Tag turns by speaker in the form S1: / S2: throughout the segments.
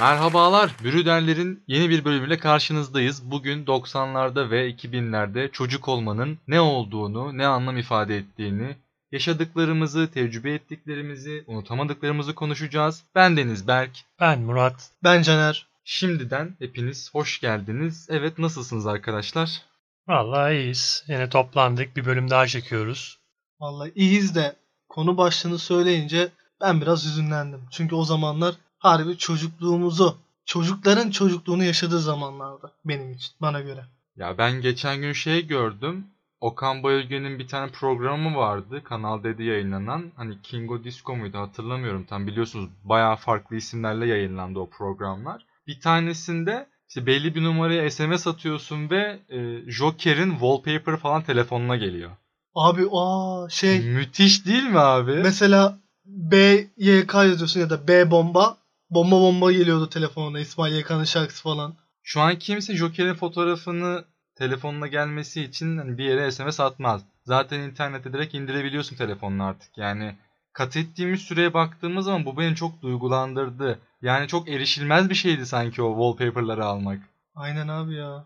S1: Merhabalar, Brüderler'in yeni bir bölümüyle karşınızdayız. Bugün 90'larda ve 2000'lerde çocuk olmanın ne olduğunu, ne anlam ifade ettiğini, yaşadıklarımızı, tecrübe ettiklerimizi, unutamadıklarımızı konuşacağız. Ben Deniz Berk.
S2: Ben Murat.
S3: Ben Caner.
S1: Şimdiden hepiniz hoş geldiniz. Evet, nasılsınız arkadaşlar?
S2: Vallahi iyiyiz. Yine toplandık. Bir bölüm daha çekiyoruz.
S3: Vallahi iyiyiz de konu başlığını söyleyince ben biraz hüzünlendim. Çünkü o zamanlar harbi çocukluğumuzu, çocukların çocukluğunu yaşadığı zamanlardı benim için, bana göre.
S1: Ya ben geçen gün şey gördüm. Okan Bayülgen'in bir tane programı vardı. Kanal D'de yayınlanan. Hani Kingo Disco muydu hatırlamıyorum tam. Biliyorsunuz bayağı farklı isimlerle yayınlandı o programlar. Bir tanesinde işte belli bir numaraya SMS atıyorsun ve e, Joker'in wallpaper falan telefonuna geliyor.
S3: Abi aa şey
S1: Müthiş değil mi abi?
S3: mesela BYK yazıyorsun ya da B bomba. Bomba bomba geliyordu telefonuna İsmail YK'nın şarkısı falan.
S1: Şu an kimse Joker'in fotoğrafını telefonuna gelmesi için hani bir yere SMS atmaz. Zaten internete direkt indirebiliyorsun telefonunu artık. Yani kat ettiğimiz süreye baktığımız zaman bu beni çok duygulandırdı. Yani çok erişilmez bir şeydi sanki o wallpaper'ları almak.
S3: Aynen abi ya.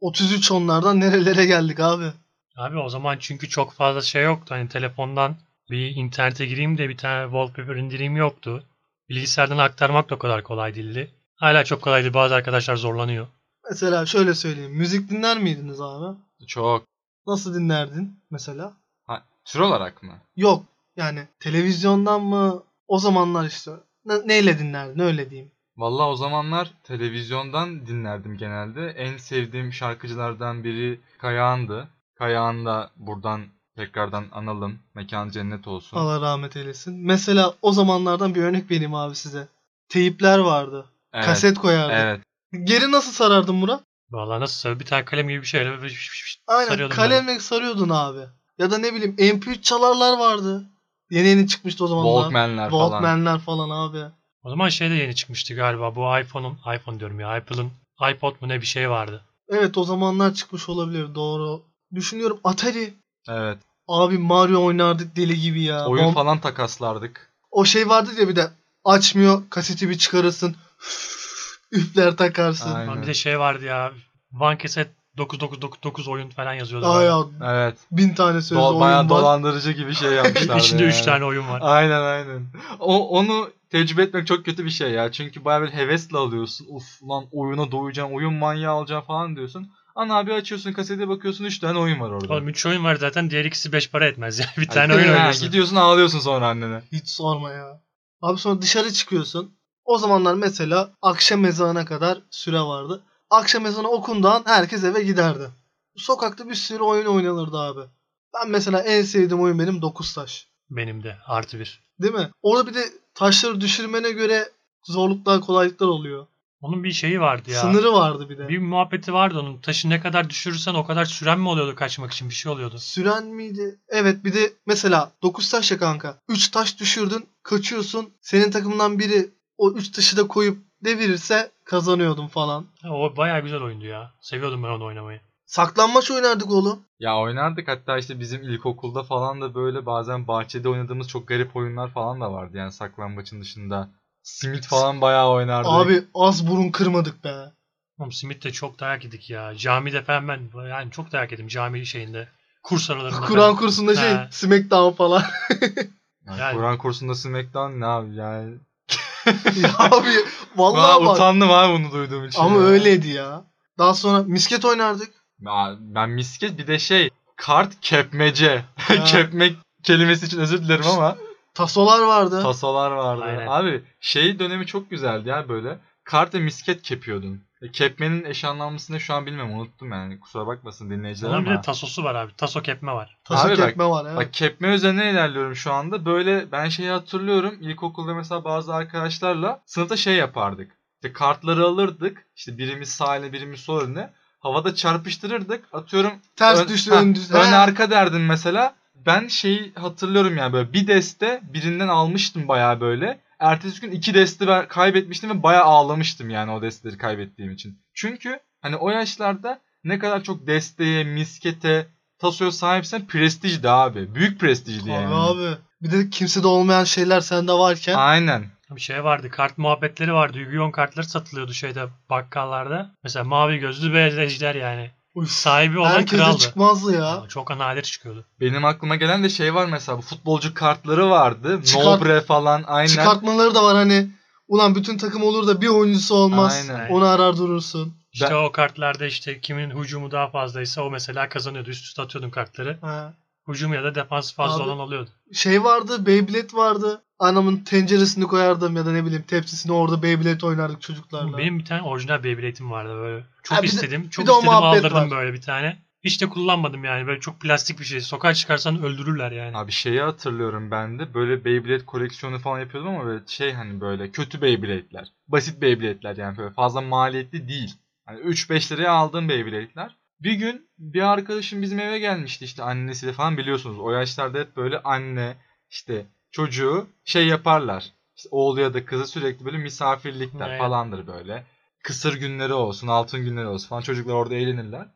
S3: 33 onlardan nerelere geldik abi.
S2: Abi o zaman çünkü çok fazla şey yoktu. Hani telefondan bir internete gireyim de bir tane wallpaper indireyim yoktu. Bilgisayardan aktarmak da o kadar kolay değildi. Hala çok kolaydı. Bazı arkadaşlar zorlanıyor.
S3: Mesela şöyle söyleyeyim. Müzik dinler miydiniz abi?
S1: Çok.
S3: Nasıl dinlerdin mesela?
S1: Ha, tür olarak mı?
S3: Yok yani televizyondan mı o zamanlar işte ne, neyle dinlerdin öyle diyeyim.
S1: Vallahi o zamanlar televizyondan dinlerdim genelde. En sevdiğim şarkıcılardan biri Kayahan'dı. Kayahan da buradan tekrardan analım. Mekan cennet olsun.
S3: Allah rahmet eylesin. Mesela o zamanlardan bir örnek vereyim abi size. Teyipler vardı.
S1: Evet,
S3: Kaset koyardık.
S1: Evet.
S3: Geri nasıl sarardın Murat?
S2: Vallahi nasıl söyle bir tane kalem gibi bir şey. şeyle böyle şş, şş, şş,
S3: Aynen
S2: sarıyordum
S3: kalemle sarıyordun abi. Ya da ne bileyim MP3 çalarlar vardı. Yeni yeni çıkmıştı o zamanlar.
S1: Walkman'ler falan.
S3: Walkman'ler falan. abi.
S2: O zaman şey de yeni çıkmıştı galiba. Bu iPhone'un, iPhone diyorum ya Apple'ın iPod mu ne bir şey vardı.
S3: Evet o zamanlar çıkmış olabilir doğru. Düşünüyorum Atari.
S1: Evet.
S3: Abi Mario oynardık deli gibi ya.
S1: Oyun
S3: Bom-
S1: falan takaslardık.
S3: O şey vardı ya bir de açmıyor kaseti bir çıkarırsın. Üfler takarsın.
S1: Aynen.
S2: Lan Bir de şey vardı ya. One Cassette 9999 oyun falan yazıyordu.
S3: Aa
S2: böyle.
S3: ya
S1: Evet.
S3: bin tane sözlü
S1: Do-
S3: oyun
S1: bayağı
S3: var.
S1: dolandırıcı gibi şey yapmışlardı.
S2: İçinde
S1: yani.
S2: 3 tane oyun var.
S1: Aynen aynen. O, onu tecrübe etmek çok kötü bir şey ya. Çünkü bayağı bir hevesle alıyorsun. Uf lan oyuna doyacaksın, oyun manyağı alacaksın falan diyorsun. Ana abi açıyorsun kasete bakıyorsun 3 tane oyun var orada.
S2: Oğlum 3 oyun var zaten diğer ikisi 5 para etmez ya. Bir
S1: Ay,
S2: tane oyun
S1: ha,
S2: oynuyorsun.
S1: Gidiyorsun ağlıyorsun sonra annene.
S3: Hiç sorma ya. Abi sonra dışarı çıkıyorsun. O zamanlar mesela akşam ezanına kadar süre vardı. Akşam ezanı okundan herkes eve giderdi. Sokakta bir sürü oyun oynanırdı abi. Ben mesela en sevdiğim oyun benim 9 taş.
S2: Benim de artı 1.
S3: Değil mi? Orada bir de taşları düşürmene göre zorluklar kolaylıklar oluyor.
S2: Onun bir şeyi vardı ya.
S3: Sınırı vardı bir de.
S2: Bir muhabbeti vardı onun. Taşı ne kadar düşürürsen o kadar süren mi oluyordu kaçmak için bir şey oluyordu.
S3: Süren miydi? Evet bir de mesela 9 taş ya kanka. 3 taş düşürdün kaçıyorsun. Senin takımdan biri o 3 taşı da koyup devirirse kazanıyordun falan.
S2: Ha, O bayağı güzel oyundu ya. Seviyordum ben onu oynamayı.
S3: Saklanmaç oynardık oğlum.
S1: Ya oynardık hatta işte bizim ilkokulda falan da böyle bazen bahçede oynadığımız çok garip oyunlar falan da vardı yani saklambaçın dışında. Simit falan bayağı oynardık.
S3: Abi az burun kırmadık be.
S2: Oğlum Smith'te çok dayak yedik ya. Camide falan ben yani çok dayak yedim cami şeyinde. Kurs aralarında.
S3: Kur'an kursunda şey
S2: He.
S3: Smackdown falan.
S1: Yani
S2: Yani-
S1: Kur'an kursunda Smackdown ne abi yani.
S3: Ya abi
S1: Valla
S3: vallahi bak.
S1: utandım abi bunu duyduğum için.
S3: Ama
S1: ya.
S3: öyleydi ya. Daha sonra misket oynardık.
S1: Ya ben misket bir de şey kart kepmece.
S3: Ya.
S1: Kepmek kelimesi için özür dilerim ama
S3: Tasolar vardı.
S1: tasolar vardı.
S2: Aynen.
S1: Abi şey dönemi çok güzeldi ya böyle. Kart ve misket kepiyordun. E, kepmenin eş anlamlısını şu an bilmem unuttum yani kusura bakmasın dinleyiciler
S2: Onun bir de
S1: ama.
S2: tasosu var abi. Taso kepme var.
S3: Taso
S1: Abi bak-
S3: kepme var evet.
S1: Bak kepme üzerine ilerliyorum şu anda. Böyle ben şeyi hatırlıyorum. İlkokulda mesela bazı arkadaşlarla sınıfta şey yapardık. İşte kartları alırdık. İşte birimiz sağ eline birimiz sol eline. Havada çarpıştırırdık. Atıyorum
S3: Ters
S1: ön-
S3: düştü
S1: ha,
S3: ön düz.
S1: ön
S3: He.
S1: arka derdin mesela. Ben şeyi hatırlıyorum yani böyle bir deste birinden almıştım bayağı böyle. Ertesi gün iki deste ben kaybetmiştim ve bayağı ağlamıştım yani o desteleri kaybettiğim için. Çünkü hani o yaşlarda ne kadar çok desteye, miskete, tasoya sahipsen prestijdi abi. Büyük prestijdi yani.
S3: Abi abi. Bir de kimsede olmayan şeyler sende varken.
S1: Aynen.
S2: Bir şey vardı. Kart muhabbetleri vardı. Yu-Gi-Oh kartları satılıyordu şeyde bakkallarda. Mesela mavi gözlü beyaz ejder yani.
S3: Uy,
S2: Sahibi olan
S3: Herkese
S2: kraldı.
S3: çıkmazdı ya.
S2: Ama Çok nadir çıkıyordu.
S1: Benim aklıma gelen de şey var mesela bu futbolcu kartları vardı.
S3: Çıkar-
S1: Nobre falan aynen.
S3: Çıkartmaları da var hani. Ulan bütün takım olur da bir oyuncusu olmaz.
S1: Aynen.
S3: Onu arar durursun.
S2: İşte
S1: Ben-
S2: o kartlarda işte kimin hücumu daha fazlaysa o mesela kazanıyordu. Üst üste atıyordun kartları.
S3: Ha.
S2: Hücum ya da defans fazla
S3: Abi-
S2: olan oluyordu.
S3: Şey vardı Beyblade vardı. Anamın tenceresini koyardım ya da ne bileyim tepsisini orada Beyblade oynardık çocuklarla.
S2: Benim bir tane orijinal Beyblade'im vardı böyle. Çok
S3: Ha, bir de-
S2: istedim. çok
S3: de o
S2: istedim
S3: muhabbet
S2: aldırdım
S3: var.
S2: böyle bir tane. Hiç de kullanmadım yani. Böyle çok plastik bir şey. Sokağa çıkarsan öldürürler yani.
S1: Abi şeyi hatırlıyorum ben de böyle Beyblade koleksiyonu falan yapıyordum ama böyle şey hani böyle kötü Beyblade'ler. Basit Beyblade'ler yani böyle fazla maliyetli değil. Hani 3-5 liraya aldığım Beyblade'ler. Bir gün bir arkadaşım bizim eve gelmişti işte annesiyle falan biliyorsunuz. O yaşlarda hep böyle anne işte çocuğu şey yaparlar. İşte oğlu ya da kızı sürekli böyle misafirlikler
S2: Aynen.
S1: falandır böyle. Kısır günleri olsun, altın günleri olsun falan çocuklar orada eğlenirler.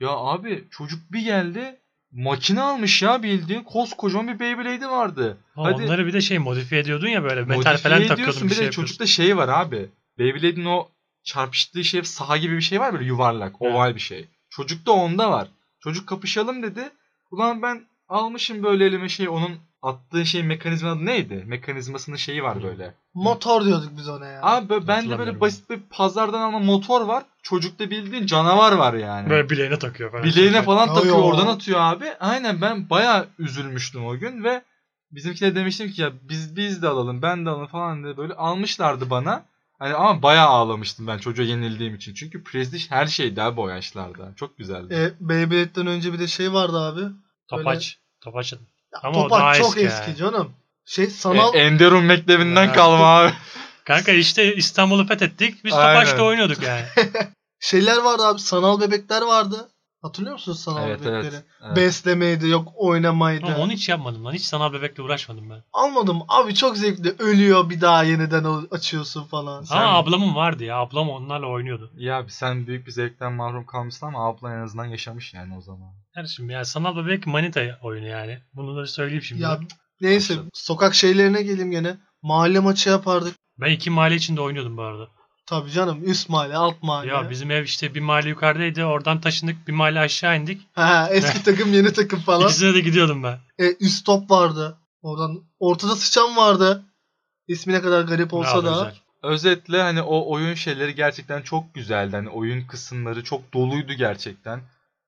S1: Ya abi çocuk bir geldi makine almış ya bildiğin koskocaman bir Beyblade'i vardı.
S2: Ama
S1: hadi-
S2: Onları bir de şey modifiye ediyordun ya böyle. Metal
S1: Modifiye
S2: falan
S1: ediyorsun,
S2: takıyordun bir
S1: bir
S2: şey
S1: de
S2: yapıyordun.
S1: çocukta şey var abi. Beyblade'in o çarpıştığı şey saha gibi bir şey var böyle yuvarlak, oval bir şey. Çocukta onda var. Çocuk kapışalım dedi. Ulan ben almışım böyle elime şey onun attığı şey mekanizmanın adı neydi? Mekanizmasının şeyi var böyle.
S3: Motor diyorduk biz ona ya.
S1: Abi böyle- bende
S2: Hmm. Hatırlamıyorum
S1: böyle basit bir pazardan alma motor var. Çocukta bildiğin canavar var yani.
S2: Böyle bileğine takıyor falan.
S1: Bileğine falan
S3: Ay
S1: takıyor
S3: ya.
S1: oradan atıyor abi. Aynen ben bayağı üzülmüştüm o gün ve bizimkilere demiştim ki ya biz biz de alalım ben de alalım falan diye böyle almışlardı bana. Hani ama bayağı ağlamıştım ben çocuğa yenildiğim için. Çünkü prestij her şeydi abi o yaşlarda. Çok güzeldi.
S3: E, Beyblade'den önce bir de şey vardı abi.
S2: Topaç. Topaç.
S3: Ya,
S2: Ama o daha
S3: Topak çok
S2: eski
S3: eski
S2: yani.
S3: canım. Şey sanal
S1: E, Enderun Mektebi'nden
S2: Ha.
S1: kalma abi.
S2: Kanka işte İstanbul'u fethettik. Biz
S1: Aynen.
S2: Topaç'ta oynuyorduk yani.
S3: şeyler vardı abi. Sanal bebekler vardı. Hatırlıyor musunuz sanal
S1: evet
S3: bebekleri?
S1: evet. evet.
S3: Beslemeydi yok oynamaydı.
S2: Ama onu hiç yapmadım lan. Hiç sanal bebekle uğraşmadım ben.
S3: Almadım abi çok zevkli. Ölüyor bir daha yeniden o- açıyorsun falan.
S1: Sen-
S2: Ama ablamın vardı ya. Ablam onlarla oynuyordu.
S1: Ya abi sen büyük bir zevkten mahrum kalmışsın ama ablan en azından yaşamış yani o zaman.
S2: Kardeşim ya sanal bebek manita oyunu yani. Bunu da söyleyeyim şimdi.
S3: Ya neyse
S1: Başladım.
S3: sokak şeylerine geleyim gene. Mahalle maçı yapardık.
S2: Ben iki mahalle içinde oynuyordum bu arada.
S3: Tabii canım üst mahalle alt mahalle.
S2: Ya bizim ev işte bir mahalle yukarıdaydı. Oradan taşındık. Bir mahalle aşağı indik.
S3: Ha, eski takım yeni takım falan.
S2: İkisine de gidiyordum ben.
S3: E, üst top vardı. Oradan ortada sıçan vardı. İsmi ne kadar garip olsa
S2: Bravo,
S3: da.
S2: güzel.
S1: özetle hani o oyun şeyleri gerçekten çok güzeldi. Hani oyun kısımları çok doluydu gerçekten.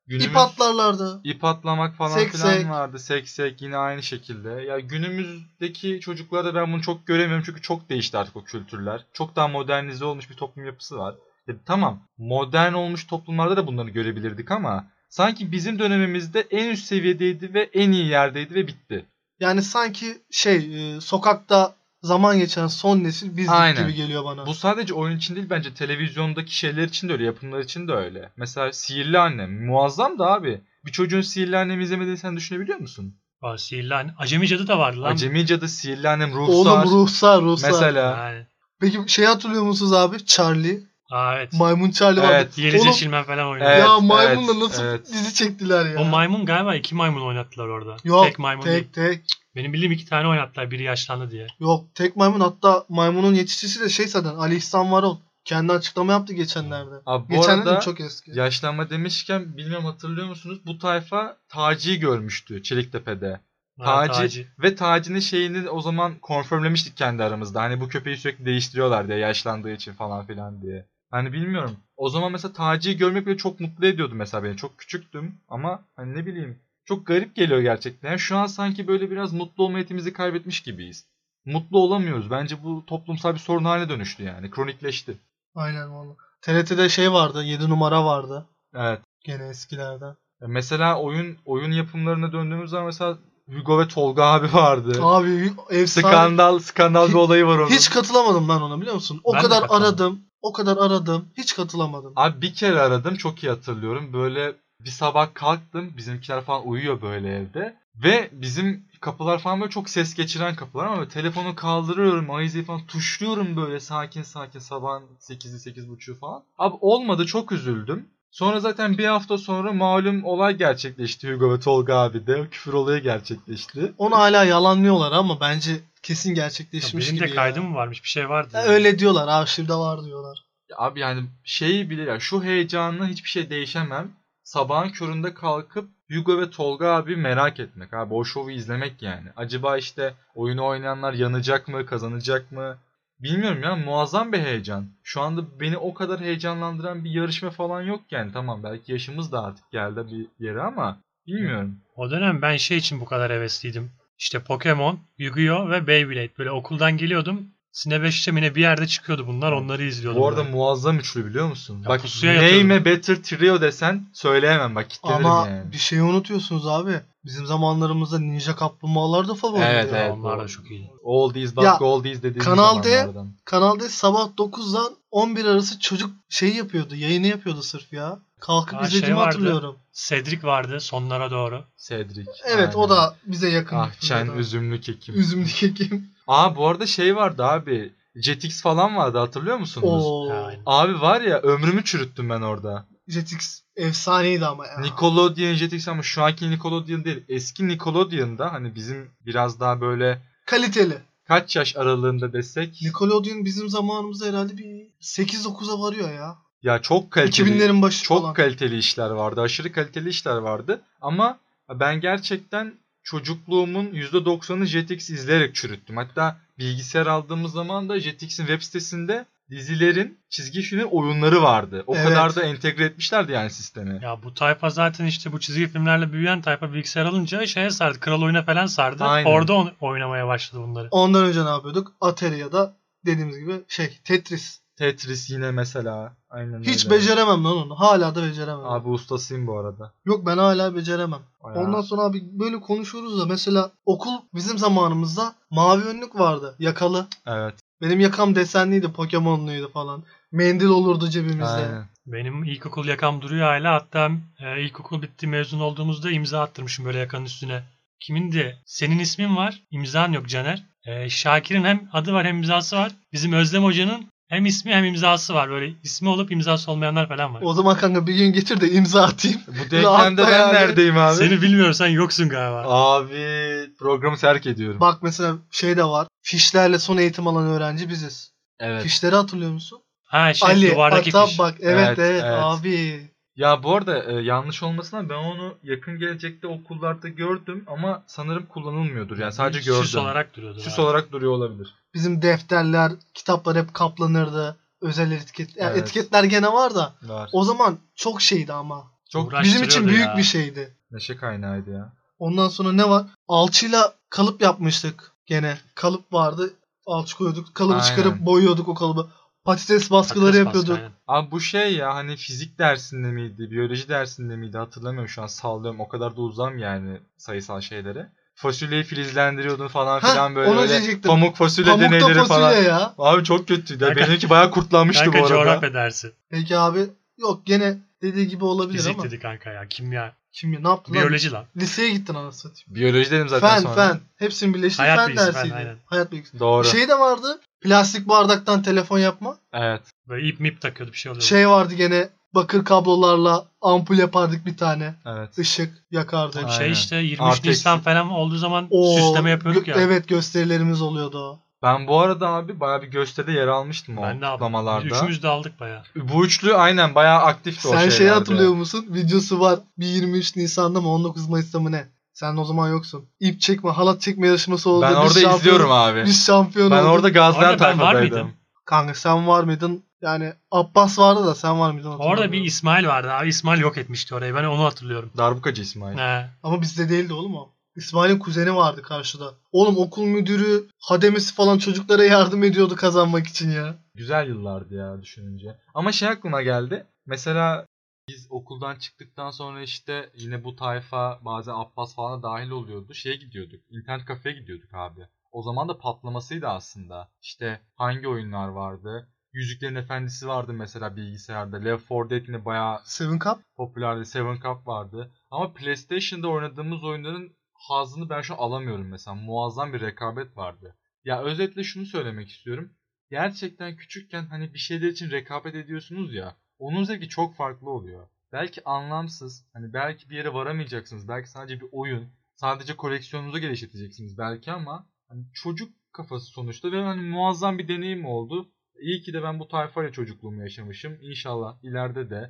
S1: Günümüz
S3: İp atlarlardı.
S1: ip atlamak falan
S3: Seksek.
S1: filan vardı. Seksek yine aynı şekilde. Ya günümüzdeki çocuklarda ben bunu çok göremiyorum çünkü çok değişti artık o kültürler. Çok daha modernize olmuş bir toplum yapısı var. Ya tamam modern olmuş toplumlarda da bunları görebilirdik ama sanki bizim dönemimizde en üst seviyedeydi ve en iyi yerdeydi ve bitti.
S3: Yani sanki şey e, sokakta zaman geçen son nesil bizdik
S1: Aynen.
S3: gibi geliyor bana.
S1: Bu sadece oyun için değil bence televizyondaki şeyler için de öyle, yapımlar için de öyle. Mesela Sihirli Annem muazzam da abi. Bir çocuğun Sihirli Annem'i izlemediğini sen düşünebiliyor musun?
S2: Var, Sihirli anne. Acemi cadı da vardı lan.
S1: Acemi Cadı, Sihirli Annem, Ruhsar.
S3: Oğlum ruhsar ruhsar.
S1: mesela.
S2: Yani.
S3: Peki şey hatırlıyor musunuz abi? Charlie.
S2: Aa, evet.
S3: Maymun Charlie vardı.
S1: Evet.
S2: Yeliz
S3: Oğlum-
S2: Yeşilmen falan oynuyordu.
S1: Evet,
S3: ya maymunla
S1: evet,
S3: nasıl
S1: evet.
S3: dizi çektiler ya.
S2: O maymun galiba iki maymun oynattılar orada.
S3: Yok,
S2: tek maymun değil.
S3: tek tek.
S2: Benim bildiğim iki tane oynattılar. Biri yaşlandı diye.
S3: Yok tek maymun hatta maymunun yetişicisi de şey zaten Ali İhsan Varol. Kendi açıklama yaptı geçenlerde.
S1: Abi bu
S3: Geçen
S1: arada
S3: dedim çok eski.
S1: yaşlanma demişken bilmiyorum hatırlıyor musunuz? Bu tayfa Taci'yi görmüştü Çeliktepe'de.
S2: Ha,
S1: Taci,
S2: Taci.
S1: Ve Taci'nin şeyini o zaman konfirmlemiştik kendi aramızda. Hani bu köpeği sürekli değiştiriyorlar diye yaşlandığı için falan filan diye. Hani bilmiyorum. O zaman mesela Taci'yi görmek bile çok mutlu ediyordu mesela beni. Çok küçüktüm ama hani ne bileyim. Çok garip geliyor gerçekten. Yani şu an sanki böyle biraz mutlu olma yetimizi kaybetmiş gibiyiz. Mutlu olamıyoruz. Bence bu toplumsal bir sorun haline dönüştü yani. Kronikleşti.
S3: Aynen valla. TRT'de şey vardı 7 numara vardı.
S1: Evet.
S3: Gene eskilerden.
S1: E, Mesela oyun oyun yapımlarına döndüğümüz zaman mesela Hugo ve Tolga abi vardı.
S3: Abi efsane.
S1: Skandal, skandal bir
S3: Hiç-
S1: olayı var onun.
S3: Hiç katılamadım lan ona biliyor musun? O
S2: Ben de
S3: kadar
S2: katılamadım.
S3: aradım. O kadar aradım. Hiç katılamadım.
S1: Abi bir kere aradım çok iyi hatırlıyorum. Böyle bir sabah kalktım bizimkiler falan uyuyor böyle evde. Ve bizim kapılar falan böyle çok ses geçiren kapılar ama böyle telefonu kaldırıyorum Ayize'yi falan tuşluyorum böyle sakin sakin sabahın 8'i 8.30'u falan. Abi olmadı çok üzüldüm. Sonra zaten bir hafta sonra malum olay gerçekleşti Hugo ve Tolga abi de. Küfür olayı gerçekleşti.
S3: Onu hala yalanlıyorlar ama bence kesin
S2: Ya
S3: gerçekleşmiş
S2: Benim de
S3: gibi
S2: kaydı
S3: ya.
S2: mı varmış? Bir şey vardı.
S3: Ya
S2: yani.
S3: Öyle diyorlar. Arşivde var diyorlar.
S1: Ya Abi yani şeyi bile ya şu heyecanla hiçbir şey değişemem. Sabahın köründe kalkıp Hugo ve Tolga abi merak etmek abi o şovu izlemek yani. Acaba işte oyunu oynayanlar yanacak mı kazanacak mı? Bilmiyorum ya muazzam bir heyecan. Şu anda beni o kadar heyecanlandıran bir yarışma falan yok yani. Tamam belki yaşımız da artık geldi bir yere ama bilmiyorum.
S2: O dönem ben şey için bu kadar hevesliydim. İşte Pokemon, Yu-Gi-Oh ve Beyblade. Böyle okuldan geliyordum. Sine 5 bir yerde çıkıyordu bunlar. Onları izliyordum.
S1: Bu arada
S2: ben.
S1: muazzam üçlü biliyor musun?
S2: Ya
S1: Bak
S2: pusuya yatırdım.
S1: name a better trio desen söyleyemem bak kilitlenirim
S3: Ama
S1: yani.
S3: bir şeyi unutuyorsunuz abi. Bizim zamanlarımızda Ninja Kaplumbağalar da favori.
S1: Evet,
S3: ya.
S1: evet.
S2: onlar da çok iyiydi.
S1: Oldies bak
S3: Ya,
S1: oldies dediğimiz
S3: Kanal D-
S1: zamanlardan.
S3: Kanal D sabah 9'dan 11 arası çocuk şey yapıyordu. Yayını yapıyordu sırf ya. Kalkıp
S2: Aa,
S3: izlediğimi
S2: şey vardı.
S3: hatırlıyorum.
S2: Cedric vardı sonlara doğru.
S1: Cedric.
S3: Evet o
S1: aynen.
S3: da bize yakın.
S1: Ah Çen
S3: Burada.
S1: üzümlü kekim.
S3: Üzümlü kekim.
S1: Aa bu arada şey vardı abi. Jetix falan vardı hatırlıyor musunuz?
S3: Oo.
S2: Ha, aynen.
S1: Abi var ya ömrümü çürüttüm ben orada.
S3: Jetix efsaneydi ama ya.
S1: Nickelodeon Jetix ama şu anki Nickelodeon değil. Eski Nickelodeon'da hani bizim biraz daha böyle
S3: Kaliteli.
S1: kaç yaş aralığında desek
S3: Nickelodeon bizim zamanımızda herhalde bir 8-9'a varıyor ya.
S1: ya çok kaliteli.
S3: 2000'lerin başı
S1: çok
S3: falan.
S1: kaliteli işler vardı. Aşırı kaliteli işler vardı. Ama ben gerçekten çocukluğumun %90'ı Jetix izleyerek çürüttüm. Hatta bilgisayar aldığımız zaman da Jetix'in web sitesinde dizilerin, çizgi filmlerin oyunları vardı. O
S3: Evet.
S1: kadar da entegre etmişlerdi yani sistemi.
S2: Ya bu tayfa zaten işte bu çizgi filmlerle büyüyen tayfa bilgisayar alınca şeye sardı. Kral oyuna falan sardı.
S1: Aynen.
S2: Orada on- oynamaya başladı bunları.
S3: Ondan önce ne yapıyorduk? Atari ya da dediğimiz gibi şey Tetris.
S1: Tetris yine mesela. Aynen
S3: Hiç
S1: öyle.
S3: beceremem lan onu. Hala da beceremem.
S1: Abi ustasıyım bu arada.
S3: Yok ben hala beceremem.
S1: Bayağı.
S3: Ondan sonra abi böyle konuşuyoruz da mesela okul bizim zamanımızda mavi önlük vardı yakalı.
S1: Evet.
S3: Benim yakam desenliydi, Pokemon'luydu falan. Mendil olurdu cebimizde.
S1: Aynen.
S2: Benim ilkokul yakam duruyor hala. Hatta e, ilkokul bitti mezun olduğumuzda imza attırmışım böyle yakanın üstüne. Kimindi? Senin ismin var. imzan yok Caner. E, Şakir'in hem adı var hem imzası var. Bizim Özlem Hoca'nın hem ismi hem imzası var. Böyle ismi olup imzası olmayanlar falan var.
S3: O zaman kanka bir gün getir de imza atayım.
S1: Bu denklemde
S3: Rahatla
S1: ben
S3: yani.
S1: neredeyim abi?
S2: Seni bilmiyorum sen yoksun galiba.
S1: Abi programı terk ediyorum.
S3: Bak mesela şey de var. Fişlerle son eğitim alan öğrenci biziz.
S1: Evet.
S3: Fişleri hatırlıyor musun?
S2: Ha şey
S3: Ali,
S2: duvardaki
S3: hatta
S2: fiş.
S3: bak evet
S1: Evet,
S3: evet,
S1: evet.
S3: abi.
S1: Ya bu arada e, yanlış olmasına ben onu yakın gelecekte okullarda gördüm ama sanırım kullanılmıyordur. Yani sadece gördüm.
S2: Süs olarak duruyordu.
S1: Süs
S2: abi.
S1: olarak duruyor olabilir.
S3: Bizim defterler, kitaplar hep kaplanırdı. Özel etiket, yani
S1: Evet.
S3: etiketler gene var da.
S1: Var.
S3: O zaman çok şeydi ama.
S1: Çok
S2: Uğraş-
S3: Bizim için
S2: Uğraştırıyordu
S3: büyük
S2: ya.
S3: bir şeydi.
S1: neşe kaynağıydı ya.
S3: Ondan sonra ne var? Alçıyla kalıp yapmıştık gene. Kalıp vardı. Alçı koyduk. Kalıbı
S1: Aynen.
S3: çıkarıp boyuyorduk o kalıbı. Patates baskıları
S2: Patates baskı,
S3: yapıyorduk.
S2: aynen.
S1: Abi bu şey ya hani fizik dersinde miydi, biyoloji dersinde miydi hatırlamıyorum şu an sallıyorum. O kadar da uzam yani sayısal şeylere. Fasulyeyi filizlendiriyordun falan
S3: Hah,
S1: filan böyle.
S3: onu
S1: öyle
S3: diyecektim.
S1: pamuk fasulye
S3: Pamukta
S1: deneyleri
S3: fasulye
S1: falan.
S3: ya.
S1: Abi çok kötüydü. ya.
S2: Kanka-
S1: Benimki bayağı kurtlanmıştı
S2: Kanka
S1: bu arada.
S2: coğrafya dersi.
S3: Peki abi. Yok gene dediği gibi olabilir
S2: Fizik
S3: ama.
S2: dedi kanka ya. Kimya.
S3: Şimdi ne yaptın lan?
S2: Biyoloji lan.
S3: Liseye gittin anasını satayım.
S1: Biyoloji dedim zaten
S3: Fen
S1: sonra.
S3: fen. Hepsinin birleştiği
S2: Hayat
S3: fen
S2: bilgisi, fen,
S3: dersiydi.
S2: aynen.
S3: Hayat bilgisi.
S1: Doğru.
S3: Şey de vardı. Plastik bardaktan telefon yapma.
S1: Evet.
S2: Böyle ip mip takıyordu bir şey oluyordu.
S3: Şey vardı gene bakır kablolarla ampul yapardık bir tane.
S1: Evet.
S3: Işık yakardık.
S2: Oğlum
S1: Aynen.
S2: şey işte 23
S1: Artı
S2: Nisan
S1: eksi.
S2: falan olduğu zaman
S3: Oo,
S2: süsleme yapıyorduk ya.
S3: gö- Evet gösterilerimiz oluyordu o.
S1: Ben bu arada abi bayağı bir gösteride yer almıştım o
S2: Ben de aldım.
S1: kutlamalarda.
S2: Biz üçümüz de aldık bayağı.
S1: Bu üçlü aynen bayağı aktifti o
S3: Sen şeyi
S1: şeylerde.
S3: hatırlıyor musun? Videosu var. Bir 23 Nisan'da mı 19 Mayıs'ta mı ne? Sen o zaman yoksun. İp çekme, halat çekme yarışması oldu.
S1: Ben
S3: Biz
S1: orada
S3: şampiyon-
S1: izliyorum abi.
S3: Biz şampiyon
S1: Ben
S3: olduk.
S1: orada
S2: Orada ben
S1: Gaziantep'teydim.
S2: var mıydım?
S3: Kanka sen var mıydın? Yani Abbas vardı da sen var mıydın?
S2: Orada bir
S3: hatırlamıyorum.
S2: İsmail vardı abi. İsmail yok etmişti orayı. Ben onu hatırlıyorum.
S1: Darbukacı İsmail.
S2: He.
S3: Ama bizde değildi oğlum o. İsmail'in kuzeni vardı karşıda. Oğlum okul müdürü, hademesi falan çocuklara yardım ediyordu kazanmak için ya.
S1: Güzel yıllardı ya düşününce. Ama şey aklıma geldi. Mesela biz okuldan çıktıktan sonra işte yine bu tayfa bazen Abbas falan da dahil oluyordu. Şeye gidiyorduk. internet kafeye gidiyorduk abi. O zaman da patlamasıydı aslında. İşte hangi oyunlar vardı? Yüzüklerin Efendisi vardı mesela bilgisayarda. Left 4 Dead yine bayağı
S3: Seven Cup.
S1: popülerdi. Seven Cup vardı. Ama PlayStation'da oynadığımız oyunların hazını ben şu an alamıyorum mesela. Muazzam bir rekabet vardı. Ya özetle şunu söylemek istiyorum. Gerçekten küçükken hani bir şeyler için rekabet ediyorsunuz ya. Onun zevki çok farklı oluyor. Belki anlamsız, hani belki bir yere varamayacaksınız. Belki sadece bir oyun. Sadece koleksiyonunuzu geliştireceksiniz belki ama hani çocuk kafası sonuçta ve hani muazzam bir deneyim oldu. İyi ki de ben bu tayfayla çocukluğumu yaşamışım. İnşallah ileride de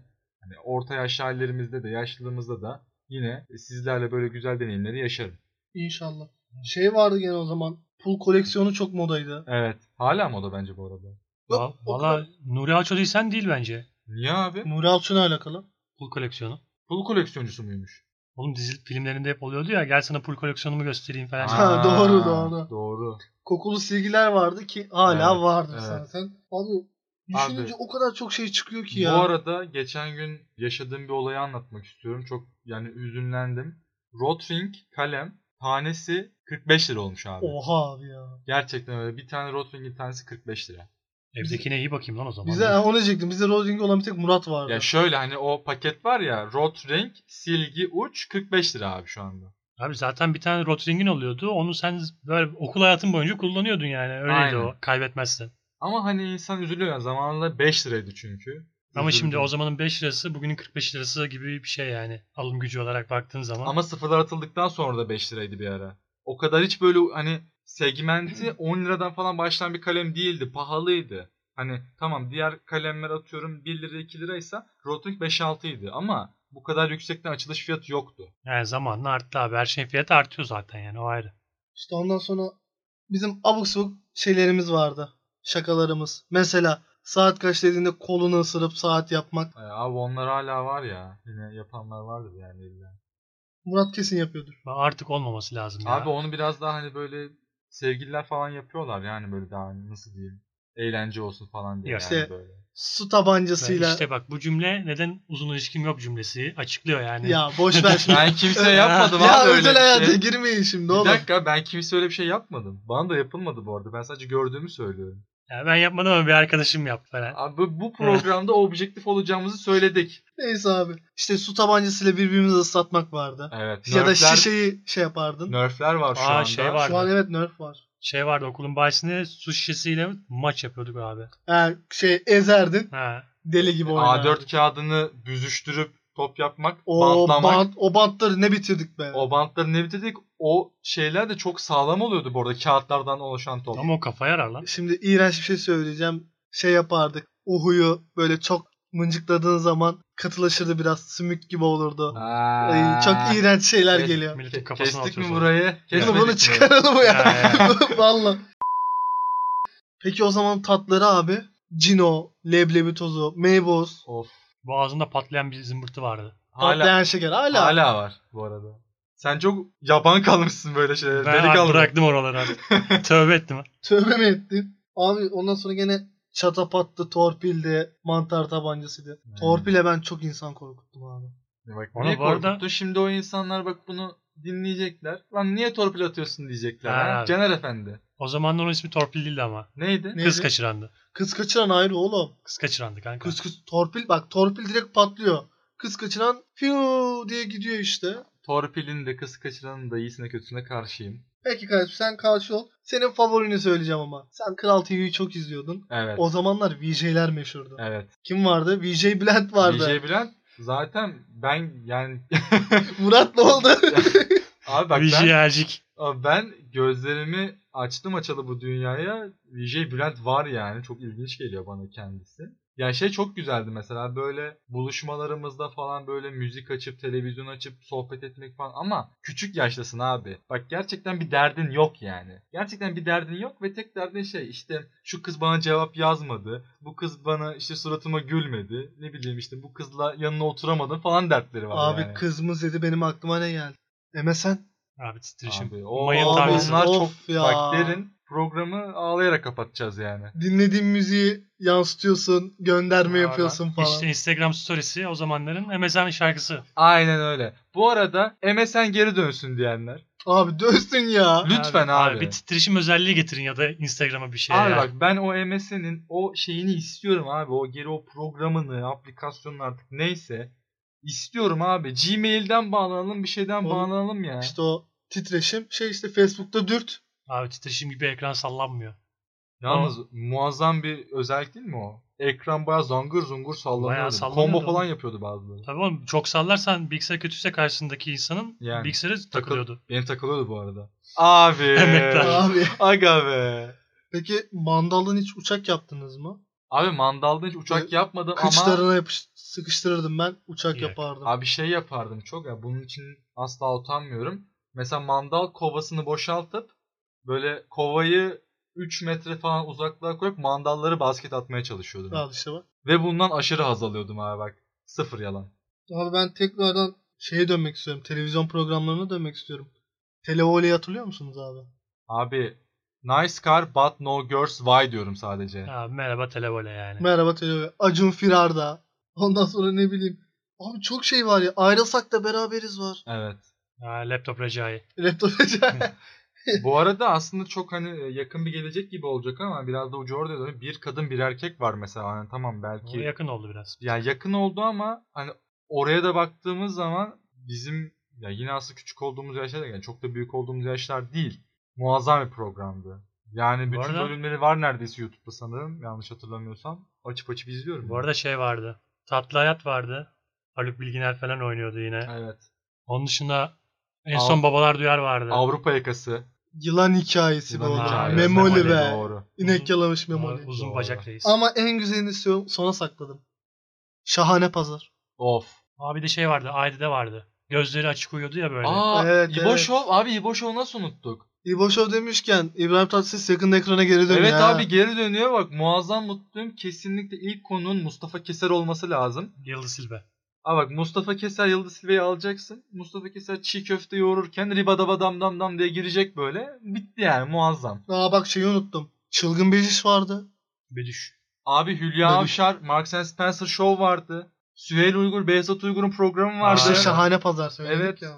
S1: hani orta yaş hallerimizde de yaşlılığımızda da yine sizlerle böyle güzel deneyimleri yaşarım.
S3: İnşallah. Şey vardı gene o zaman. Pul koleksiyonu çok modaydı.
S1: Evet. Hala moda bence bu arada.
S2: Va-
S3: o kadar-
S2: Valla Nuri Alço değil sen değil bence.
S1: Niye abi?
S3: Nuri Alçın'la alakalı.
S2: Pul koleksiyonu.
S1: Pul koleksiyoncusu muymuş?
S2: Oğlum dizi filmlerinde hep oluyordu ya gel sana pul koleksiyonumu göstereyim falan.
S3: Ha. doğru, doğru.
S1: Doğru.
S3: Kokulu silgiler vardı ki hala
S1: Evet,
S3: vardır
S1: evet.
S3: zaten. Abi düşününce o kadar çok şey çıkıyor ki ya.
S1: Bu arada geçen gün yaşadığım bir olayı anlatmak istiyorum. Çok yani üzünlendim. Rotring kalem tanesi 45 lira olmuş abi.
S3: Oha abi ya.
S1: Gerçekten öyle. Bir tane Rotring'in tanesi 45 lira.
S2: Evdekine iyi bakayım lan o zaman.
S3: Bize ha, onu diyecektim. Bize Roding olan bir tek Murat vardı.
S1: Ya şöyle hani o paket var ya Rotring, silgi, uç 45 lira abi şu anda.
S2: Abi zaten bir tane Rotring'in oluyordu. Onu sen böyle okul hayatın boyunca kullanıyordun yani. Öyleydi
S1: Aynen.
S2: o. Kaybetmezsen.
S1: Ama hani insan üzülüyor ya. Zamanında 5 liraydı çünkü.
S2: Ama
S1: Üzüldüm.
S2: şimdi o zamanın 5 lirası bugünün 45 lirası gibi bir şey yani. Alım gücü olarak baktığın zaman.
S1: Ama sıfırlar atıldıktan sonra da 5 liraydı bir ara. O kadar hiç böyle hani segmenti 10 liradan falan başlayan bir kalem değildi. Pahalıydı. Hani tamam diğer kalemler atıyorum 1 lira 2 liraysa Rotring 5-6 idi. Ama bu kadar yüksekten açılış fiyatı yoktu.
S2: Yani zamanla arttı abi. Her şeyin fiyatı artıyor zaten yani o ayrı.
S3: İşte ondan sonra bizim abuk sabuk şeylerimiz vardı. Şakalarımız. Mesela saat kaç dediğinde kolunu ısırıp saat yapmak.
S1: Ee, abi onlar hala var ya. Yine yapanlar vardır yani illa.
S3: Murat kesin yapıyordur.
S2: Artık olmaması lazım ya.
S1: Abi onu biraz daha hani böyle sevgililer falan yapıyorlar yani böyle daha hani nasıl diyeyim eğlence olsun falan diye
S2: Ya
S1: yani
S3: işte-
S1: böyle.
S3: Su
S2: Ben
S3: tabancasıyla.
S2: İşte bak bu cümle neden uzun ilişkim yok cümlesi açıklıyor yani.
S3: Ya boş ver şimdi.
S1: Ben kimseye yapmadım
S3: ya
S1: abi öyle
S3: özel
S1: bir
S3: hayata
S1: şey.
S3: girmeyin şimdi
S1: Bir
S3: oğlum.
S1: dakika ben kimseye öyle bir şey yapmadım. Bana da yapılmadı bu arada. Ben sadece gördüğümü söylüyorum.
S2: Ya ben yapmadım ama bir arkadaşım yaptı falan.
S1: Abi bu- bu programda objektif olacağımızı söyledik.
S3: Neyse abi. İşte su tabancasıyla birbirimizi ıslatmak vardı.
S1: Evet.
S3: Ya da
S1: nerfler-
S3: şişeyi şey yapardın.
S1: Nerfler var şu
S2: Aa,
S1: anda.
S2: şey var.
S3: Şu an evet nerf var.
S2: Şey vardı okulun bahisinde su şişesiyle maç yapıyorduk abi.
S3: Ha, şey ezerdin
S2: Ha.
S3: deli gibi oynardın.
S1: A4 kağıdını büzüştürüp top yapmak,
S3: o,
S1: bantlamak.
S3: bant, o bantları ne bitirdik be.
S1: O bantları ne bitirdik? O şeyler de çok sağlam oluyordu bu arada kağıtlardan oluşan top.
S2: Ama o kafa yarar lan.
S3: Şimdi iğrenç bir şey söyleyeceğim. Şey yapardık. Uhuyu böyle çok mıncıkladığın zaman katılaşırdı biraz. Sümük gibi olurdu.
S1: Aa.
S3: Ay, çok iğrenç şeyler
S1: Evet.
S3: geliyor.
S2: Milletin
S1: Ke-
S2: kafasına
S1: Kestik mi
S2: atıyorsun.
S1: burayı?
S3: Bunu,
S1: Kesmedik
S3: bunu
S1: mi?
S3: çıkaralım ya.
S2: Ya,
S3: Valla. Peki o zaman tatları abi. Cino, leblebi tozu, meyboz,
S1: Of.
S2: Boğazında patlayan bir zımbırtı vardı.
S1: Hala,
S3: patlayan şeker. Hala.
S1: hala. var bu arada. Sen çok yaban kalmışsın böyle şeylere.
S2: Ben
S1: Deli
S2: abi
S1: kaldın.
S2: bıraktım oraları artık. Tövbe ettim.
S3: Tövbe mi ettin? Abi ondan sonra gene çatapattı, torpildi, mantar tabancasıydı.
S1: Hmm.
S3: Torpile ben çok insan korkuttum abi.
S1: Bak,
S2: Ona
S1: niye
S2: bu arada-
S1: korkuttun? Şimdi o insanlar bak bunu dinleyecekler. Lan niye torpil atıyorsun diyecekler.
S2: Ha,
S1: Ha,
S2: abi.
S1: Caner Efendi.
S2: O zamanlar onun ismi torpil değildi ama.
S1: Neydi?
S3: Ne?
S2: Kız
S3: Neydi?
S2: kaçırandı.
S3: Kız kaçıran ayrı oğlum.
S2: Kız kaçırandı kanka.
S3: Kız kız torpil bak torpil direkt patlıyor. Kız kaçıran fiu diye gidiyor işte.
S1: Torpilin de kız kaçıranın da iyisine kötüsüne karşıyım.
S3: Peki kardeşim sen karşı ol. Senin favorini söyleyeceğim ama. Sen Kral TV'yi çok izliyordun.
S1: Evet.
S3: O zamanlar VJ'ler meşhurdu.
S1: Evet.
S3: Kim vardı? VJ Bülent vardı.
S1: DJ Bülent zaten ben yani
S3: Murat ne oldu?
S1: abi bak
S2: Viji
S1: ben,
S2: Ercik.
S1: abi ben gözlerimi açtım açalı bu dünyaya. VJ Bülent var yani. Çok ilginç geliyor bana kendisi. Yani şey çok güzeldi mesela böyle buluşmalarımızda falan böyle müzik açıp televizyon açıp sohbet etmek falan ama küçük yaştasın abi. Bak gerçekten bir derdin yok yani. Gerçekten bir derdin yok ve tek derdin şey işte şu kız bana cevap yazmadı. Bu kız bana işte suratıma gülmedi. Ne bileyim işte bu kızla yanına oturamadım falan dertleri var
S3: Abi
S1: yani.
S3: kız mı dedi benim aklıma ne geldi? MSN.
S2: Abi titreşim.
S1: Abi, o
S2: Mayın
S1: abi
S2: tanesi.
S1: onlar çok
S3: Of ya.
S1: bak derin programı ağlayarak kapatacağız yani.
S3: Dinlediğin müziği yansıtıyorsun, gönderme
S1: Aa,
S3: yapıyorsun falan.
S2: İşte Instagram storiesi o zamanların MSN şarkısı.
S1: Aynen öyle. Bu arada MSN geri dönsün diyenler.
S3: Abi dövsün ya.
S1: Lütfen abi.
S2: Bir titreşim özelliği getirin ya da Instagram'a bir şey.
S1: Abi
S2: yani.
S1: bak ben o MSN'in o şeyini istiyorum abi. O geri o programını, aplikasyonunu artık neyse istiyorum abi. Gmail'den bağlanalım, bir şeyden
S3: Oğlum,
S1: bağlanalım ya.
S3: İşte o titreşim şey işte Facebook'ta dürt.
S2: Abi titreşim gibi ekran sallanmıyor.
S1: Yalnız muazzam bir özellik değil mi o? ekran bayağı zangır zungur
S2: Bayağı
S1: sallanıyordu.
S2: sallanıyordu
S1: Combo falan
S2: oğlum.
S1: yapıyordu bazıları.
S2: Tabii oğlum çok sallarsan bilgisayar kötüyse karşısındaki insanın
S1: Yani.
S2: bilgisayarı takılıyordu.
S1: Beni takılıyordu bu arada. Abi.
S2: Emektar.
S3: Abi.
S1: Aga be.
S3: Peki mandaldan hiç uçak yaptınız mı?
S1: Abi mandalda hiç uçak
S3: Ee,
S1: yapmadım ama
S3: Kıçlarına yapış- sıkıştırırdım ben. Uçak
S2: Yok.
S3: yapardım.
S1: abi şey yapardım çok ya bunun için asla utanmıyorum. Mesela mandal kovasını boşaltıp böyle kovayı 3 metre falan uzaklığa koyup mandalları basket atmaya çalışıyordum.
S3: Al işte bak.
S1: Ve bundan aşırı haz alıyordum abi bak. Sıfır yalan.
S3: Abi ben tekrardan şeye dönmek istiyorum. Televizyon programlarına dönmek istiyorum. Televole'yi hatırlıyor musunuz abi?
S1: Abi nice car but no girls why diyorum sadece.
S2: Ha, merhaba televole yani.
S3: Merhaba Televole. Acun Firarda. Ondan sonra ne bileyim. Abi çok şey var ya. Ayrılsak da beraberiz var.
S1: Evet.
S2: Ha, laptop Recai.
S3: Laptop
S1: Bu arada aslında çok hani yakın bir gelecek gibi olacak ama biraz da ucu orada dönüyor. Bir kadın bir erkek var mesela. Hani tamam
S2: O
S1: belki
S2: yakın oldu biraz.
S1: yani yakın oldu ama hani oraya da baktığımız zaman bizim ya yine aslında küçük olduğumuz yaşlar da yani çok da büyük olduğumuz yaşlar değil. Muazzam bir programdı. Yani bütün
S2: arada-
S1: bölümleri var neredeyse YouTube'da sanırım. Yanlış hatırlamıyorsam. Açıp açıp izliyorum.
S2: Bu arada şey vardı. Tatlı Hayat vardı. Haluk Bilginer falan oynuyordu yine.
S1: evet.
S2: Onun dışında en
S1: Av-
S2: son Babalar Duyar vardı.
S1: Avrupa yakası.
S3: Yılan hikayesi be
S1: Yılan
S3: oğlum.
S1: hikayesi.
S3: Memoli
S2: Memoli,
S3: be.
S1: Doğru.
S3: İnek yalamış
S2: Doğru,
S3: Memoli.
S2: uzun
S1: Doğru.
S2: bacak reis.
S3: Ama en güzelini istiyorum. Sona sakladım. Şahane pazar.
S1: Of.
S2: Abi de şey vardı. Aydı'da vardı. Gözleri açık uyuyordu ya böyle.
S1: Aa,
S3: Evet,
S1: İbo
S3: evet.
S1: Show. Abi İbo Show'u nasıl unuttuk?
S3: İboşov demişken İbrahim Tatlıses yakında ekrana geri dönüyor.
S1: Evet
S3: ha.
S1: abi geri dönüyor bak muazzam mutluyum. Kesinlikle ilk konunun Mustafa Keser olması lazım.
S2: Yıldız Silbe.
S1: Aa bak Mustafa Keser Yıldız Silve'yi alacaksın. Mustafa Keser çiğ köfte yoğururken ribadaba dam dam dam diye girecek böyle. Bitti yani muazzam.
S3: Aa bak şeyi unuttum. Çılgın bir iş vardı.
S2: Bedüş.
S1: Abi Hülya
S3: Tabii.
S1: Avşar, Marks and Spencer Show vardı. Süheyl Uygur, Behzat Uygur'un programı vardı.
S3: İşte
S2: Aa,
S3: şahane pazar söyledik
S1: Evet.
S3: ya.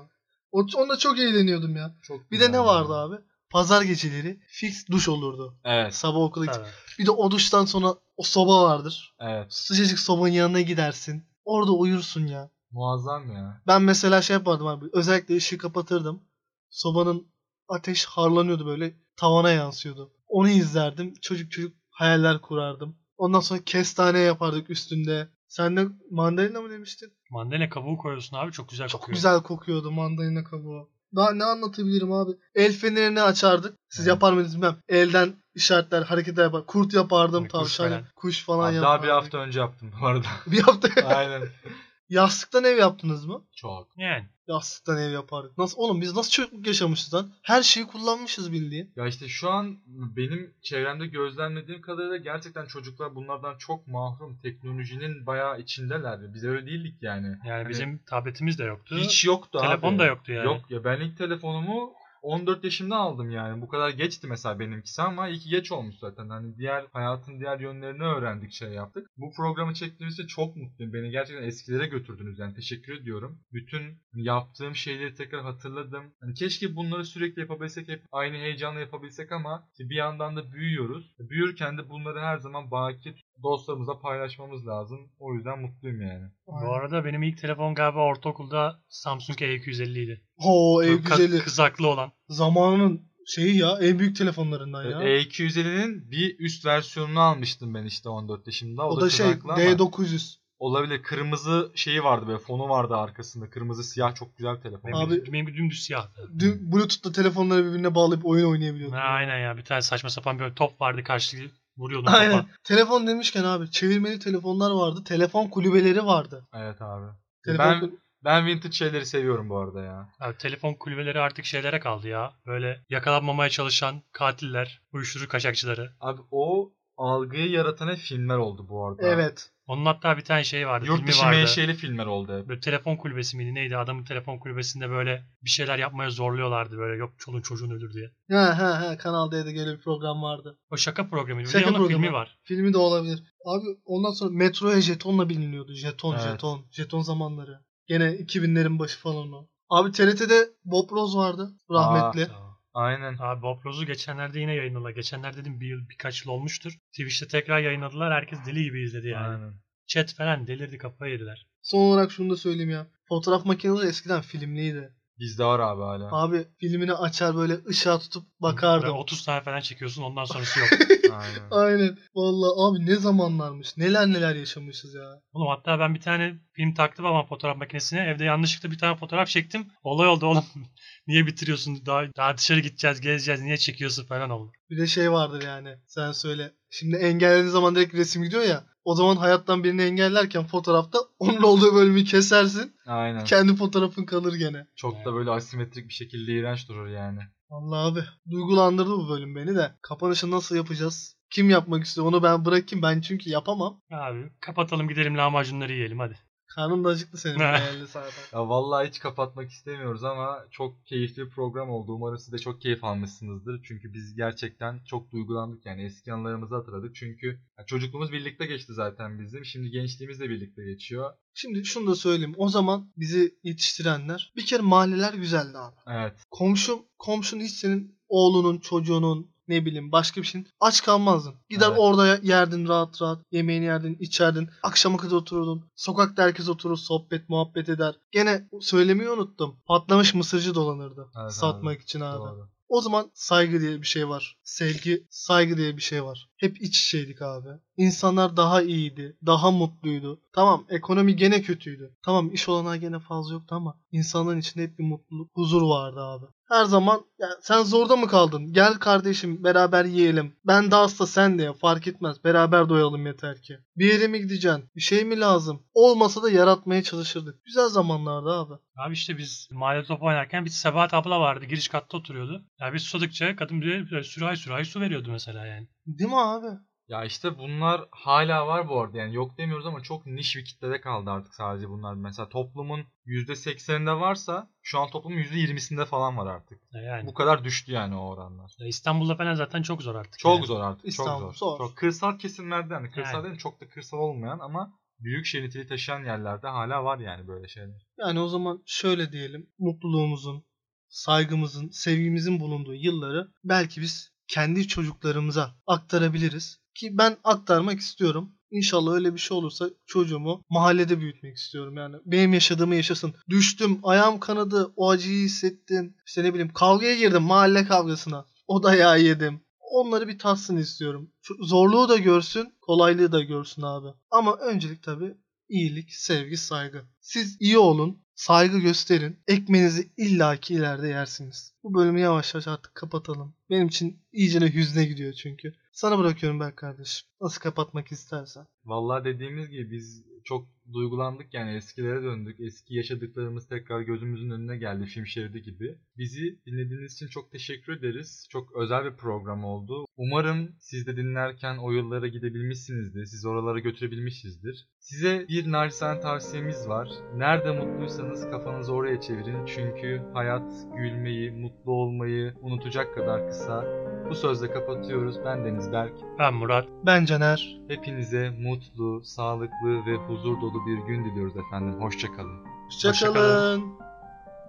S3: O, onda çok eğleniyordum ya.
S1: Çok
S3: Bir de
S1: güzel
S3: ne
S1: yani.
S3: vardı abi? Pazar geceleri fix duş olurdu.
S1: Evet,
S3: Sabah okula git.
S2: Tabii.
S3: Bir de o duştan sonra o soba vardır.
S1: evet.
S3: Sıcacık sobanın yanına gidersin. Orada uyursun ya.
S1: Muazzam ya.
S3: Ben mesela şey yapardım abi. Özellikle ışığı kapatırdım. Sobanın ateş harlanıyordu böyle. Tavana yansıyordu. Onu izlerdim. Çocuk çocuk hayaller kurardım. Ondan sonra kestane yapardık üstünde. Sen de mandalina mı demiştin?
S2: Mandalina kabuğu koyuyorsun abi çok güzel
S3: Çok
S2: kokuyor.
S3: güzel kokuyordu mandalina kabuğu. Daha ne anlatabilirim abi? El fenerini açardık. Siz
S1: Evet.
S3: yapar mıydınız bilmem. Elden işaretler, hareketler yapar. Kurt yapardım,
S2: Kuş
S3: tavşan,
S2: falan.
S3: kuş falan
S1: Abi
S3: yapardım.
S1: daha bir hafta önce yaptım bu arada.
S3: Bir hafta.
S1: Aynen.
S3: Yastıktan ev yaptınız mı?
S1: Çok.
S2: Yani.
S3: Yastıktan ev yapardık. Nasıl oğlum biz nasıl çocukluk yaşamışız lan? Her şeyi kullanmışız bildiğin.
S1: Ya işte şu an benim çevremde gözlemlediğim kadarıyla gerçekten çocuklar bunlardan çok mahrum. Teknolojinin bayağı içindelerdi. Biz öyle değildik yani.
S2: Yani
S1: Hani
S2: bizim tabletimiz de yoktu.
S1: hiç yoktu
S2: telefon
S1: abi.
S2: da yoktu yani.
S1: Yok ya ben ilk telefonumu 14 yaşımda aldım yani. Bu kadar geçti mesela benimkisi ama iyi ki geç olmuş zaten. Hani diğer hayatın diğer yönlerini öğrendik şey yaptık. Bu programı çektiğiniz için çok mutluyum. Beni gerçekten eskilere götürdünüz yani teşekkür ediyorum. Bütün yaptığım şeyleri tekrar hatırladım. Hani keşke bunları sürekli yapabilsek hep aynı heyecanla yapabilsek ama işte bir yandan da büyüyoruz. Büyürken de bunları her zaman baki dostlarımızla paylaşmamız lazım. O yüzden mutluyum yani.
S2: Bu arada benim ilk telefon galiba ortaokulda Samsung E250 idi.
S3: Oo ev
S1: E
S2: Böyle ka-
S3: güzeli.
S2: Kızaklı olan.
S3: Zamanın şeyi ya en büyük telefonlarından
S1: Ee,
S3: ya.
S1: E, E250'nin bir üst versiyonunu almıştım ben işte 14 yaşımda.
S3: o,
S1: O,
S3: da, şey
S1: kızaklı ama
S3: D900.
S1: Olabilir. Kırmızı şeyi vardı böyle. Fonu vardı arkasında. Kırmızı siyah çok güzel telefon.
S2: Benim,
S3: Abi-
S2: benim dümdüz siyahtı.
S3: Dün Bluetooth'ta telefonları birbirine bağlayıp oyun
S2: Ha,
S3: oynayabiliyordun.
S2: aynen ya bir tane saçma sapan bir top vardı karşı vuruyordun
S3: Aynen.
S2: topa.
S3: Telefon demişken abi çevirmeli telefonlar vardı. Telefon kulübeleri vardı.
S1: Evet abi.
S3: Telefon
S1: Ben-
S3: kul-
S1: Ben vintage şeyleri seviyorum bu arada ya.
S2: Abi, telefon kulübeleri artık şeylere kaldı ya. Böyle yakalanmamaya çalışan katiller, uyuşturucu kaçakçıları.
S1: Abi o algıyı yaratan hep filmler oldu bu arada.
S3: Evet.
S2: Onun hatta bir tane şey vardı.
S1: Yurt
S2: filmi
S1: dışı
S2: vardı.
S1: menşeli filmler oldu hep.
S2: Böyle telefon kulübesi miydi neydi? Adamın telefon kulübesinde böyle bir şeyler yapmaya zorluyorlardı böyle yok çoluğun çocuğun ölür diye.
S3: Ha ha ha Kanal D'de gelen bir program vardı.
S2: O şaka programıydı.
S3: Şaka
S2: Şaka onun
S3: programı.
S2: filmi var.
S3: Filmi de olabilir. Abi ondan sonra Metroya jetonla biliniyordu. Jeton,
S1: Evet.
S3: jeton, jeton zamanları. Gene 2000'lerin başı falan o. Abi TRT'de Bob Ross vardı rahmetli.
S1: Aynen.
S2: Abi Bob Ross'u geçenlerde yine yayınladılar. Geçenler dedim bir yıl birkaç yıl olmuştur. Twitch'te tekrar yayınladılar. Herkes deli gibi izledi yani.
S1: Aynen.
S2: Chat falan delirdi kafayı yediler.
S3: Son olarak şunu da söyleyeyim ya. Fotoğraf makineleri eskiden filmliydi.
S1: Bizde var abi hala.
S3: Abi filmini açar böyle ışığa tutup
S2: Böyle
S3: bakardım.
S2: 30 tane falan çekiyorsun ondan sonrası yok.
S1: Aynen.
S3: Aynen. Vallahi abi ne zamanlarmış. Neler neler yaşamışız ya.
S2: Oğlum hatta ben bir tane film taktım ama fotoğraf makinesine. Evde yanlışlıkla bir tane fotoğraf çektim. Olay oldu oğlum. niye bitiriyorsun? Daha, daha dışarı gideceğiz, gezeceğiz. Niye çekiyorsun falan oldu.
S3: Bir de şey vardır yani. Sen söyle. Şimdi engellediğin zaman direkt resim gidiyor ya. O zaman hayattan birini engellerken fotoğrafta onun olduğu bölümü kesersin.
S1: Aynen.
S3: Kendi fotoğrafın kalır gene.
S1: Çok da böyle asimetrik bir şekilde iğrenç durur yani.
S3: Allah abi. Duygulandırdı bu bölüm beni de. Kapanışı nasıl yapacağız? Kim yapmak istiyor? Onu ben bırakayım. Ben çünkü yapamam.
S2: Abi kapatalım gidelim lahmacunları yiyelim hadi.
S3: Karnım da acıktı senin değerli zaten.
S1: Ya vallahi hiç kapatmak istemiyoruz ama çok keyifli bir program oldu. Umarım siz de çok keyif almışsınızdır. Çünkü biz gerçekten çok duygulandık yani eski anılarımızı hatırladık. Çünkü ya çocukluğumuz birlikte geçti zaten bizim. Şimdi gençliğimiz de birlikte geçiyor.
S3: Şimdi şunu da söyleyeyim. O zaman bizi yetiştirenler. Bir kere mahalleler güzeldi abi.
S1: Evet.
S3: Komşum, komşun hiç senin oğlunun, çocuğunun ne bileyim başka bir şeyin aç kalmazdın. Gider
S1: Evet.
S3: orada yerdin rahat rahat. Yemeğini yerdin, içerdin. Akşama kadar otururdun. Sokakta herkes oturur, sohbet, muhabbet eder. Gene söylemeyi unuttum. Patlamış mısırcı dolanırdı.
S1: Evet abi,
S3: satmak için abi.
S1: Doğru.
S3: O zaman saygı diye bir şey var. Sevgi, saygı diye bir şey var. Hep iç içeydik abi. İnsanlar daha iyiydi, daha mutluydu. Tamam ekonomi gene kötüydü. Tamam iş olanağı gene fazla yoktu ama insanların içinde hep bir mutluluk, huzur vardı abi. Her zaman ya sen zorda mı kaldın? Gel kardeşim beraber yiyelim. Ben de hasta sen de ye, fark etmez. Beraber doyalım yeter ki. Bir yere mi gideceksin? Bir şey mi lazım? Olmasa da yaratmaya çalışırdık. Güzel zamanlardı abi.
S2: Abi işte biz mahallede top oynarken bir Sebahat abla vardı. Giriş katta oturuyordu. Ya biz susadıkça kadın bize sürahi sürahi su veriyordu mesela yani.
S3: Değil mi abi?
S1: Ya işte bunlar hala var bu arada yani yok demiyoruz ama çok niş bir kitlede kaldı artık sadece bunlar. Mesela toplumun %80'inde varsa şu an toplumun %20'sinde falan var artık.
S2: Yani
S1: Bu kadar düştü yani o oranlar.
S2: İstanbul'da falan zaten çok zor artık.
S1: Çok
S2: yani.
S1: zor artık.
S3: İstanbul
S1: çok zor.
S3: zor.
S1: Çok kırsal kesimlerde yani kırsal
S2: Yani.
S1: değil, çok da kırsal olmayan ama büyük şehir niteliği taşıyan yerlerde hala var yani böyle şeyler.
S3: Yani o zaman şöyle diyelim. Mutluluğumuzun, saygımızın, sevgimizin bulunduğu yılları belki biz kendi çocuklarımıza aktarabiliriz. Ki ben aktarmak istiyorum. İnşallah öyle bir şey olursa çocuğumu mahallede büyütmek istiyorum. Yani benim yaşadığımı yaşasın. Düştüm, ayağım kanadı, o acıyı hissettim. İşte ne bileyim kavgaya girdim mahalle kavgasına. O dayağı yedim. Onları bir tatsın istiyorum. Şu Zorluğu da görsün, kolaylığı da görsün abi. Ama öncelik tabii iyilik, sevgi, saygı. Siz iyi olun, saygı gösterin. Ekmeğinizi illaki ileride yersiniz. Bu bölümü yavaş yavaş artık kapatalım. Benim için iyicene hüzne gidiyor çünkü. Sana bırakıyorum Berk kardeşim. Nasıl kapatmak istersen.
S1: Vallahi dediğimiz gibi biz çok duygulandık yani eskilere döndük. Eski yaşadıklarımız tekrar gözümüzün önüne geldi film şeridi gibi. Bizi dinlediğiniz için çok teşekkür ederiz. Çok özel bir program oldu. Umarım siz de dinlerken o yıllara gidebilmişsinizdir. Sizi oralara götürebilmişizdir. Size bir naçizane tavsiyemiz var. Nerede mutluysanız kafanızı oraya çevirin. Çünkü hayat gülmeyi, mutlu olmayı unutacak kadar kısa. Bu sözle kapatıyoruz. Ben Deniz Berk.
S2: Ben Murat.
S3: Ben Caner.
S1: Hepinize mutlu, sağlıklı ve huzur dolu bir gün diliyoruz efendim. Hoşçakalın.
S2: Hoşça
S3: Hoşçakalın.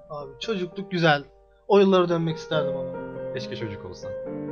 S3: Abi çocukluk güzel. O yıllara dönmek isterdim ama.
S1: Keşke çocuk olsan.